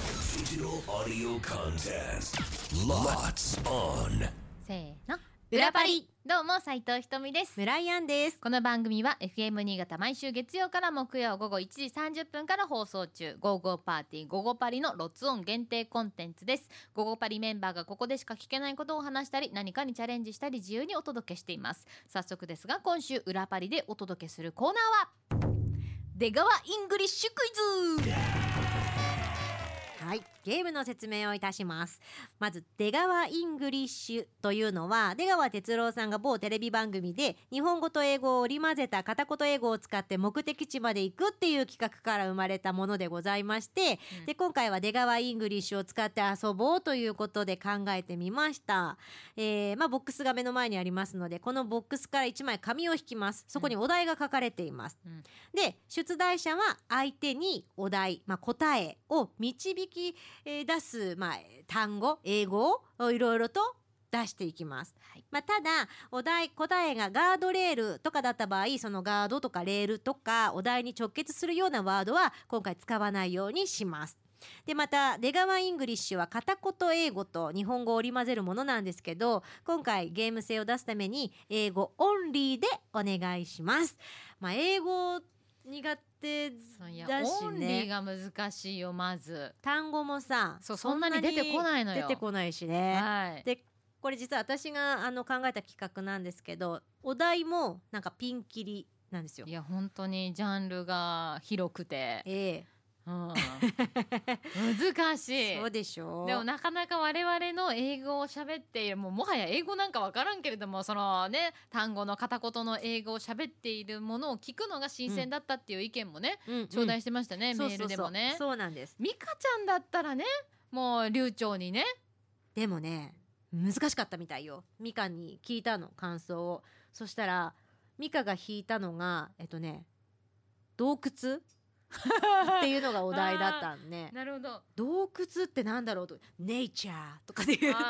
Digital audio contest. Lots on. せーの裏パリどうも斉藤ひとみです村井アンです。この番組は FM 新潟毎週月曜から木曜午後1時30分から放送中「ゴーゴーパーティーゴゴパリ」のロッツオン限定コンテンツですゴゴパリメンバーがここでしか聞けないことを話したり何かにチャレンジしたり自由にお届けしています早速ですが今週裏パリでお届けするコーナーは出川イングリッシュクイズはい、ゲームの説明をいたします。まず出川イングリッシュというのは出川哲朗さんが某テレビ番組で日本語と英語を織り交ぜた片言英語を使って目的地まで行くっていう企画から生まれたものでございまして、うんで今回は出川イングリッシュを使って遊ぼうということで考えてみました。えーまあボックスが目の前にありますのでこのボックスから1枚紙を引きます。そこにお題が書かれています。うんで出題者は相手にお題、まあ、答えを導きえー出す、まあ、単語英語をいろいろと出していきます。はいまあ、ただお題答えがガードレールとかだった場合そのガードとかレールとかお題に直結するようなワードは今回使わないようにします。でまた出川イングリッシュは片言英語と日本語を織り交ぜるものなんですけど今回ゲーム性を出すために英語オンリーでお願いします。まあ、英語苦手そういやだしオンリーねが難しいよまず単語もさそうそんなに出てこないのよ出てこないしね。はいでこれ実は私があの考えた企画なんですけどお題もなんかピンキリなんですよい。や本当にジャンルが広くて、えうん難しえいそうでしょうでもなかなか我々の英語を喋っているもうもはや英語なんかわからんけれどもそのね単語の片言の英語を喋っているものを聞くのが新鮮だったっていう意見もね、うんうん頂戴してましたね、そうメそうーそルでうもねそうなんです美香ちゃんだったらねもう流暢にねでもね難しかったみたいよミカに聞いたの感想をそしたらミカが弾いたのがえっとね洞窟 っていうのがお題だったんねなるほど洞窟ってなんだろうと「ネイチャー」とかで言って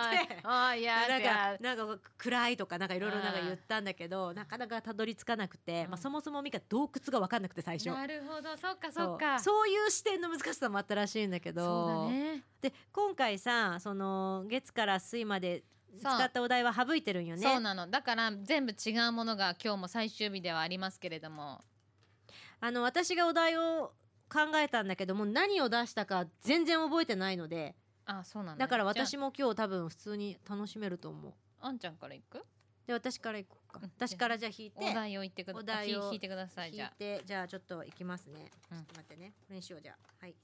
あいやなんやかなんか暗いとかなんかいろいろなんかうん言ったんだけどなかなかたどり着かなくて、うんまあ、そもそもミカ洞窟が分かんなくて最初なるほどそっかそっかそうそういう視点の難しさもあったらしいんだけどそうだねで今回さその月から水までそう使ったお題は省いてるんよねそうなのだから全部違うものが今日も最終日ではありますけれどもあの私がお題を考えたんだけどもう何を出したか全然覚えてないのであそうなんだだからじ私も今日多分普通に楽しめると思うゃああんちゃんからいくで私からいこうかうん私からじゃあ引いてお題を言ってくだおさい題を引いてくださいじゃあ引いてじゃあちょっと行きますね、うんちょっと待ってねこれにしようじゃあはい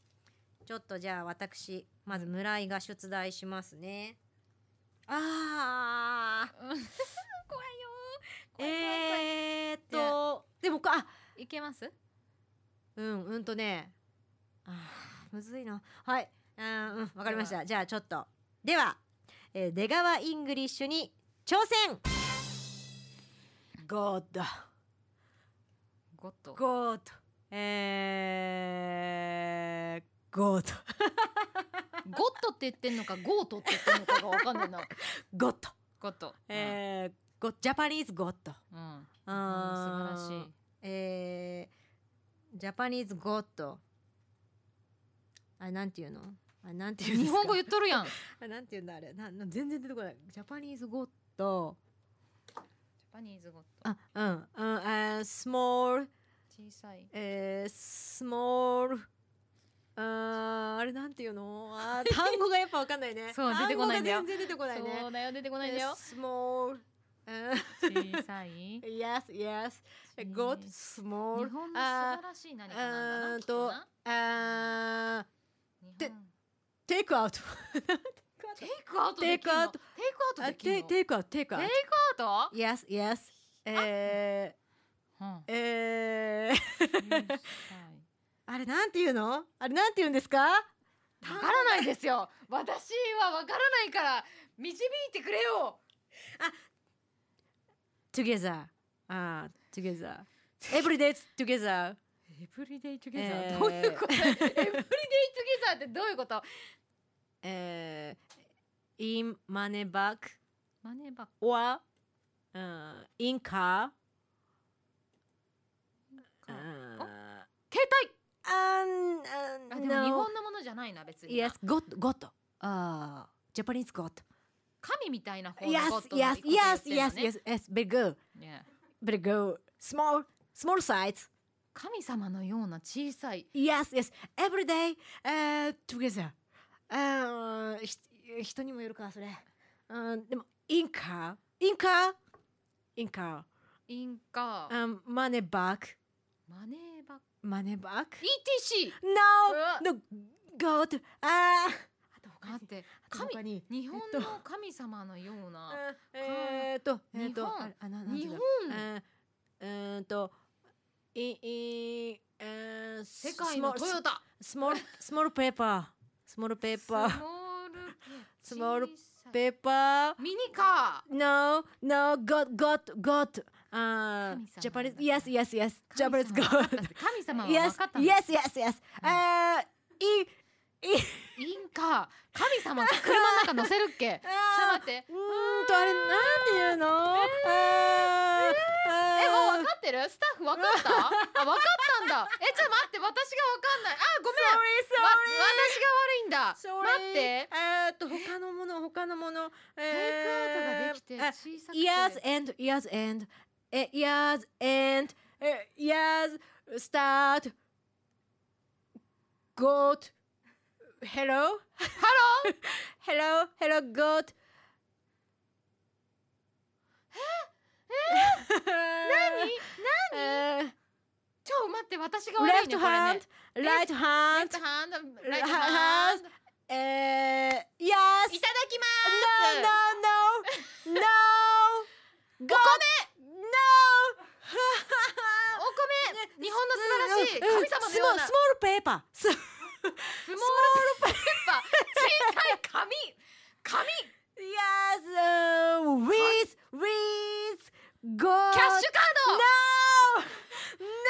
ちょっとじゃあ私まず村井が出題しますねあうん怖いよー怖い怖い怖い、えー、っとでもかあいけますうんうんとねあーむずいなはいうんうんわかりましでたじゃあちょっとでは、えー出川イングリッシュに挑戦ゴーだゴッドゴートえー、ゴートゴッドって言ってんのかゴートって言ってんのかがわかんないなゴットゴッドえー、ゴジャパニーズゴットうん、うん、あー素晴らしいえー、ジャパニーズゴットあれなんていうのあれなんていうんで日すか本語言っとるやんあれなんていうんだあれなな全然出てこないジャパニーズゴットジャパニーズゴッドあうんうんえー、スモール小さいえー、スモールあーあれなんていうのあー単語がやっぱわかんないね そう出てこないんだよ単語が全然出てこないねそうだよ出てこないんだよスモール小 さい yes 小 yes さい got 日 small 本の素あ晴らしい何ーかなんだなうーんきっととなあ日で本ー take out テイクアウトできるのテイクアウトできるの take テイ out take ク out アウト yes yes えうんー、えー小さいあれなんていうのあれなんていうんですかわ からないですよ私はわからないから導いてくれよ together あー together every day together エブリデイトゥゲザーどういうことエブリデイトゥゲザーってどういうことえー、in money back マネーバック or、uh, in car かうん携帯あでも日本のものじゃないな別にな Yes, got, got. Uh, Japanese got. 神みたいな方の Yes, ゴッドの yes, こと言 yes, ってんの yes, ね yes, yes. Very good, Yeah very good. uh, Small, small size. 神様のような小さい Yes, yes. Every day, uh, together. Uh, ひ人にもよるかそれ。うん、でもインカ、インカ、インカ。インカうん、マネーバック、マネーバックマネーバック。 ETC No, no, God. あーあと他に、あ待ってと他神に。日本えっとの神様のようなえーっと、えーっ日と、本あれあななんて日いう本のえーえーっと、いいえー世界のトヨタスモール、スモールペーパー、スモールペーパスモールー、スモール小さいペーパー。ミニカ No, no, God, God, God. あ神様なんだー、Japanese, yes, yes, yes. ー Japanese 神様は分 かった神様 God. は Yes, 分かったの yes, yes, yes. えー、い、インカ神様って車の中乗せるっけちょっと待 ってうーんと、あれ、なんていうのあーあーえもう分かってるスタッフ分かったあ分かったんだえちょっと待って私が分かんないあごめん Sorry, わ sorry. 私が悪いんだ Sorry. 待ってえーっと他のもの他のもの。テテイクアウトができて小さくて Years and years and え years and え years start got hello hello hello hello got 何 えちょ待って私がー悪い left ねこれねレフ hand right hand トハンドライトハン hand ドえー yes いただきま No, す no, no, no. God, no. お 米日本の素晴らしい神様のような Small, スモ small paper. S- ールペッパー小さい紙紙 Yes, uh, with, with God. キャッシュカード No, no.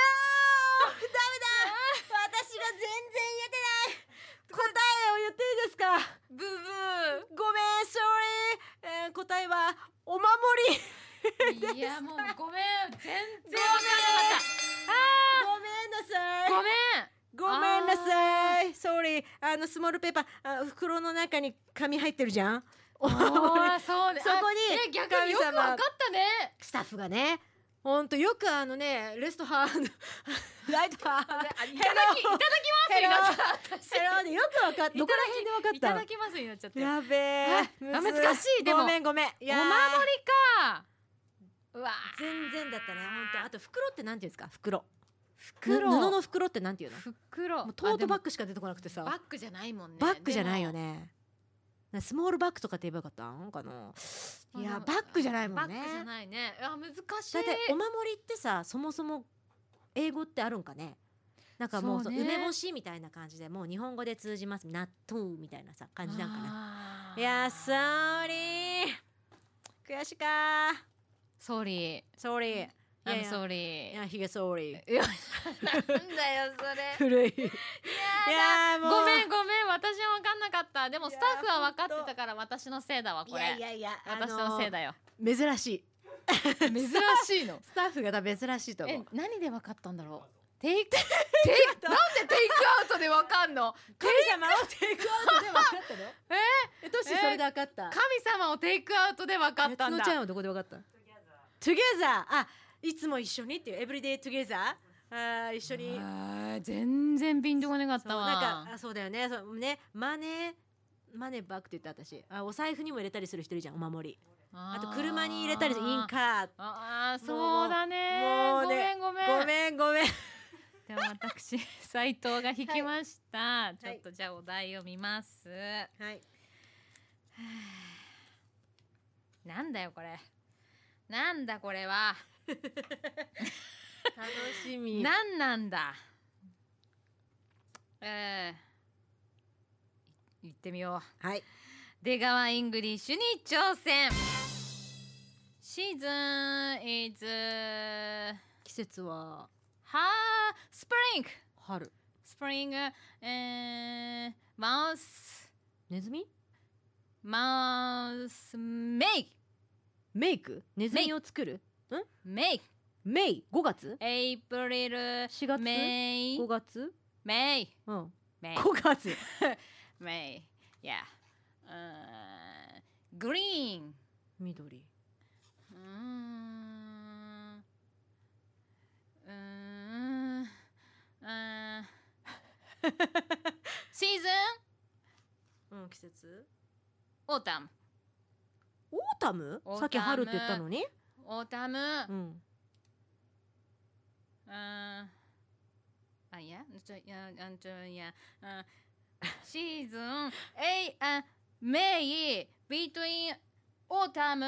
ダメ だ。私が全然言えてない。答えを言っていいですか。ブーごめん、sorry。えー、答えはお守り。ブーいやもうごめん全然ごめんなさい。わかんなかったごめんごめんなさい。sorry。あのスモールペーパー、あ袋の中に紙入ってるじゃん。おあーそうねそこあにえ逆によくわ神様かったねスタッフがね、ほんとよくあのね、レストハンド、ライトハンド、いただきいただきますになっちゃったセロでよくわかった。どこら辺でわかっいたただきますになっちゃったよやべえあ。むずあ難しいでもごめんごめん。お守りかうわーり。全然だったね、ほんと。あと袋ってなんていうんですか袋。袋ぬ布の袋ってなんていうの袋もうトートバッググしか出てこなくてさ。バッグじゃないもんねバッグじゃないよねね。なスモールバッグとかって言えばよかったんかな。いまあや、でバッグじゃないもんバねッグじ。ゃないねあ難しいだってお守りってさ、そもそも英語ってあるんかね。なんかもうそそううね梅干しみたいな感じでもう日本語で通じます納豆みたいなさ感じなんかな。なーいや、ソーリー。悔しかー。ソーリーソーリー。 I'm い sorry や、ヒゲソーリー。いやなんだよ それ古い。いやー、もう。ごめんごめん私は分かんなかったでもスタッフは分かってたから私のせいだわいこれやいやいや、私のせいだよだ。珍しい。珍しいのスタッフが珍しいと思えう。何で分かったんだろうテイクテイクなんでテイクアウトで分かんの神様をテイクアウトで分かった のええトシそれで分かった神様をテイクアウトで分かったんえだつのちゃんはどこで分かった Together あいつも一緒にっていう Everyday Together あー一緒にあー全然ピンとこなかっそうたわなんかあそうだよねそうねマネーマネーバッグって言った私あお財布にも入れたりする人いるじゃんお守りあと車に入れたりするインカーあーそうだねもうごめんごめんごめんごめんでは私斉藤が引きました、ちょいっとじゃあお題を見ます、はいなんだよこれなんだこれは楽しみなんなんだえー、い行ってみようはい出川イングリッシュに挑戦シーズン is 季節ははスプリング春スプリングえー、マウスネズミマウスメイメイクネズミを作るメイメイ5月エイプリル4月メイ5月メイうん、メイ5月 メイ Yeah Uh, うーんグリーン緑うーんうーんう uh, ー んシーズンうん季節オータムオータムオータムさっき春って言ったのにオータムうんうーんあいやちょいやあちょいやあシーズンえいあメイビートインオータム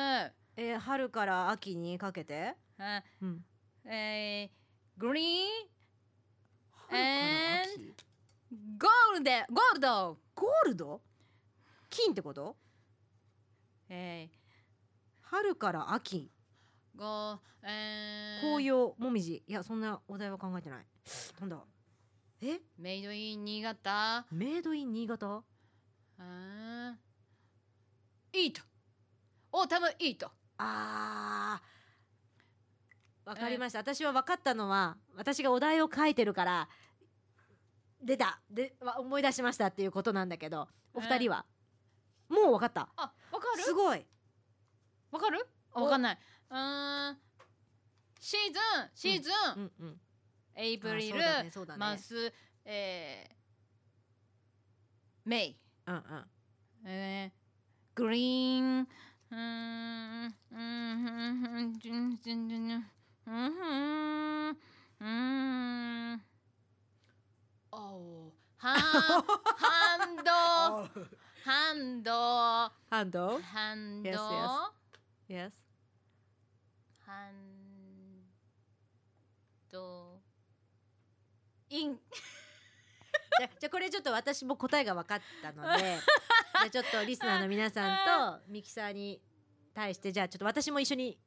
えー春から秋にかけてあうんえーグリー春から秋ンゴールデゴールドゴールド金ってことえ春から秋ー、ゴえー、紅葉もみじいやそんなお題は考えてないなんだえメイドイン新潟メイドイン新潟うんイートオータムイートあーわかりました、私は分かったのは私がお題を書いてるから出たでわ思い出しましたっていうことなんだけどお二人は、もう分かったあわかするごいわかるあわかんないうんシーズンシーズン、んうんエイプリル、あそうだねそうだねマスえー、メイうんうんえー、グリーンうーんうーんうーんうーんうーんうーんうーんおーハンハンドハンドハンドハン Yes, ド yes. Yes ハンドインじゃじゃあこれちょっと私も答えが分かったの でじゃあちょっとリスナーの皆さんとミキサーに対してじゃあちょっと私も一緒に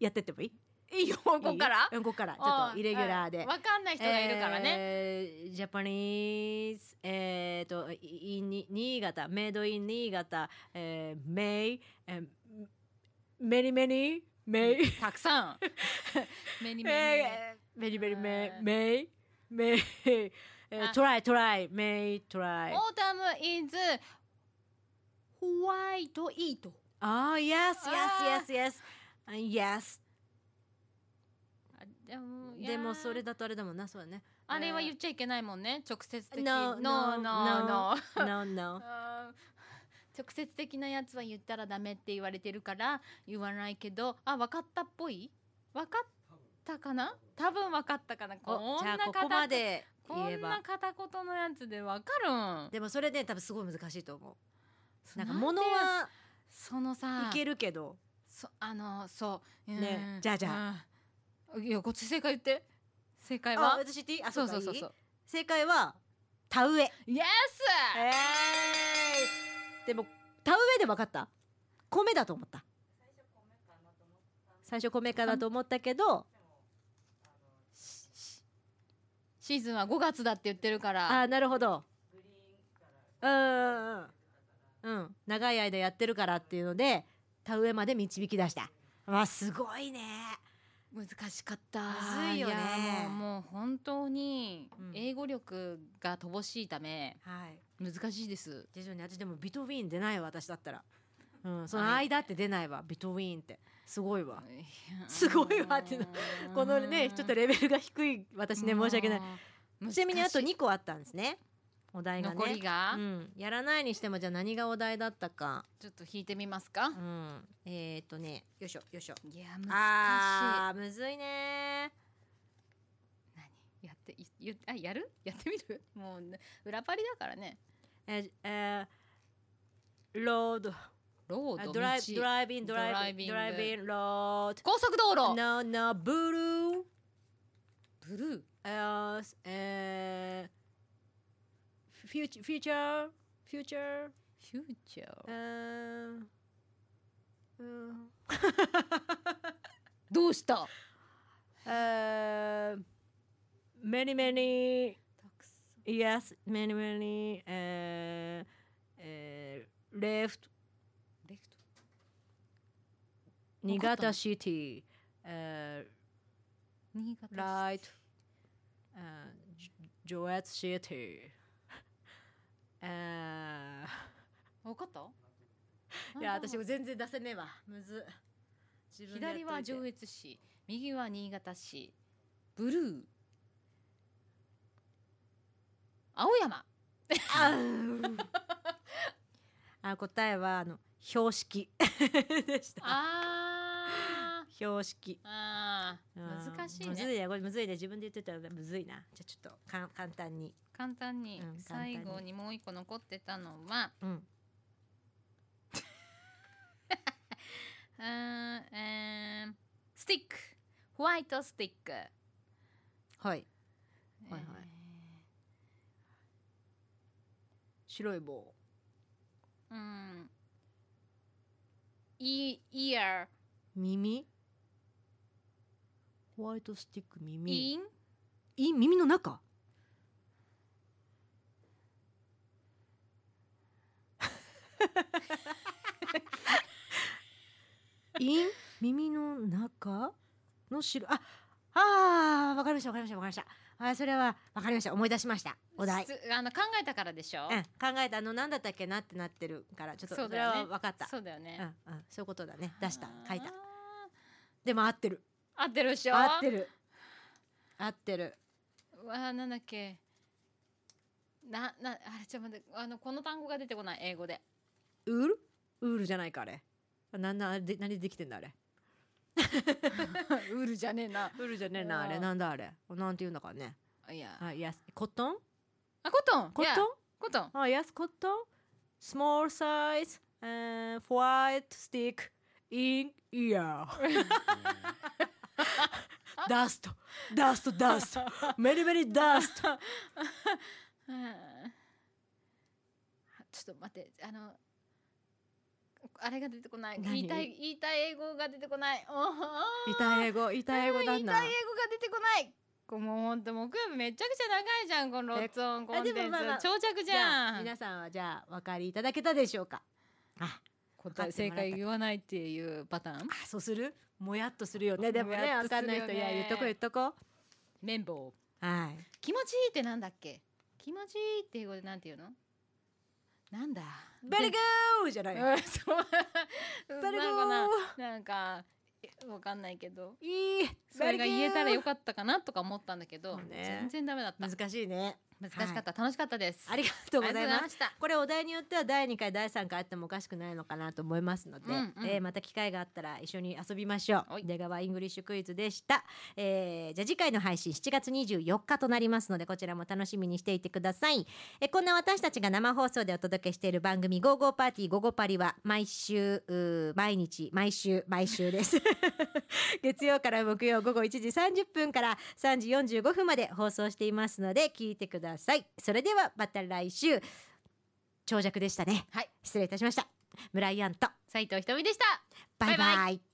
やってってもいいいいよここからいいうんここからちょっとイレギュラーでわかんない人がいるからね、えージャパニーズ、えー、と、いいに新潟、メイドイン新潟、えー、メイ、えー、メリメリ、メイ、 たく さん目に見ええー メリメリメうイ、んメイ、メイ、 えーあトライ、トライ、メイ、トライ。オータム is ホワイトイートああ、yes, あ yes, yes, yes, でも yes. でもそれだとあれだもんな、そうだね。あれは言っちゃいけないもんね直接的 No, no, no. no, No, no. あー直接的なやつは言ったらダメって言われてるから言わないけどあ分かったっぽい分かったかな多分分かったかな おこんじゃなあここまで片言え言こんなば。片言のやつで分かるんでもそれで多分すごい難しいと思う。なんかて物はそのさいけるけどそあのそうねうんじゃあじうんいやこっち正解言って正解あは私言っていいあそそううそそううそそううそう正解は田植えイエスでも田植えで分かった米だと思った最初米かなと思ったけどシーズンは5月だって言ってるかあらあなるほどうんうんうんうん長い間やってるからっていうので田植えまで導き出したわあすごいね難しかったむずいよねやもうもう本当にうん英語力が乏しいためはい難しいですですよね私でもビトウィーン出ないわ私だったらうんその間って出ないわビトウィーンってすごいわ すごいわってなこのねちょっとレベルが低い私ね申し訳ないいちなみにあと2個あったんですねお題がね残りがうん、やらないにしてもじゃあ何がお題だったか、ちょっと引いてみますかうん、えー、っとねよいしょよいしょいや難しいあーむずいね何やっていゆあやるやってみるもうね裏パリだからねえーえーロードローあドドライ道ドライビングドライビングドドライライビビングロード高速道路 No no ブルーブルーえーすえーフューチフューチャーフューチャーフューチャーうんうんどうしたたえー many many くさ yes many many えーえー left んレフト新潟 city え新潟ー right えー上越シティ。 え分かったー、いや私も全然出せねえわむず自分でやっとい左ては上越市右は新潟市ブルー青 山あーあ答えはあの標識でしたあー標識あうんー難しいむずねいやこれむずいね自分で言ってたらむずいなじゃあちょっとかん簡単に簡単にうん簡単最に後にもう一個残ってたのはうんうーんえースティックホワイトスティックはいはいはいえー白い棒うん。イ、イヤ耳ホワイトスティックー、耳イン、い耳の中イン耳の中の白ああーわかりましたわかりましたわかりましたあーそれはわかりました思い出しましたお題すあの考えたからでしょうん、。考えたあの何だったっけなってなってるからちょっとそうそだれよねは分かったう,、そうだよね。んうん、そういうことだね出した書いたあー。でも合ってる合ってるでしょ。合ってる合ってるうわあ、なんだっけ。な、な、あれ、ちょっと待って、あの、この単語が出てこない、英語で。ウールウールじゃないかあれなんなんあれで何でできてんだあれウールじゃねえな。 ウールじゃねえなあれうんなんだあれなんて言うんだかねいや。あいやコットンあ、コトン。コッ Yeah トコトン。ンあいやコットンスモールサイズホワイトスティックインイ ヤーダストダストダストメリメリダストうんちょっと待って、あの。あれが出てこない。言何いたい、言いたい英語が出てこない。おー痛い英語痛い英語なんだ痛い英語が出てこないこうもうほんと木曜日めちゃくちゃ長いじゃんこのロッツオンコンテンえでもツまあまあ長尺じゃん皆さんはじゃあお分かりいただけたでしょうかあ答え分かって正もらった解言わないっていうパターンあそうするもやっとするよねでももねやっ分とすかるんよねない人いや言っとこう言っとこ綿棒うはい気持ちいいってなんだっけ気持ちいいって英語でなんて言うのなんだベリでグーじゃないうんそうベリグなんかななんかわかんないけどーいいそれが言えたらよかかったかなとか思ったんだけど、そうね全然ダメだった難しいね難しかった、楽しかったですありがとがうございますしたこれお題によっては第2回第3回あってもおかしくないのかなと思いますので、うんうんえーまた機会があったら一緒に遊びましょはうい出川イングリッシュクイズでした、えーじゃあ次回の配信7月24日となりますのでこちらも楽しみにしていてください、えーこんな私たちが生放送でお届けしている番組「ゴーゴーパーティーゴーゴーパリ」は毎週うー毎日毎週毎週です 月曜から木曜午後1時30分から3時45分まで放送していますので聞いてくださいそれではまた来週長尺でしたねはい失礼いたしました村井アンと斉藤ひとみでしたバイバイバイイ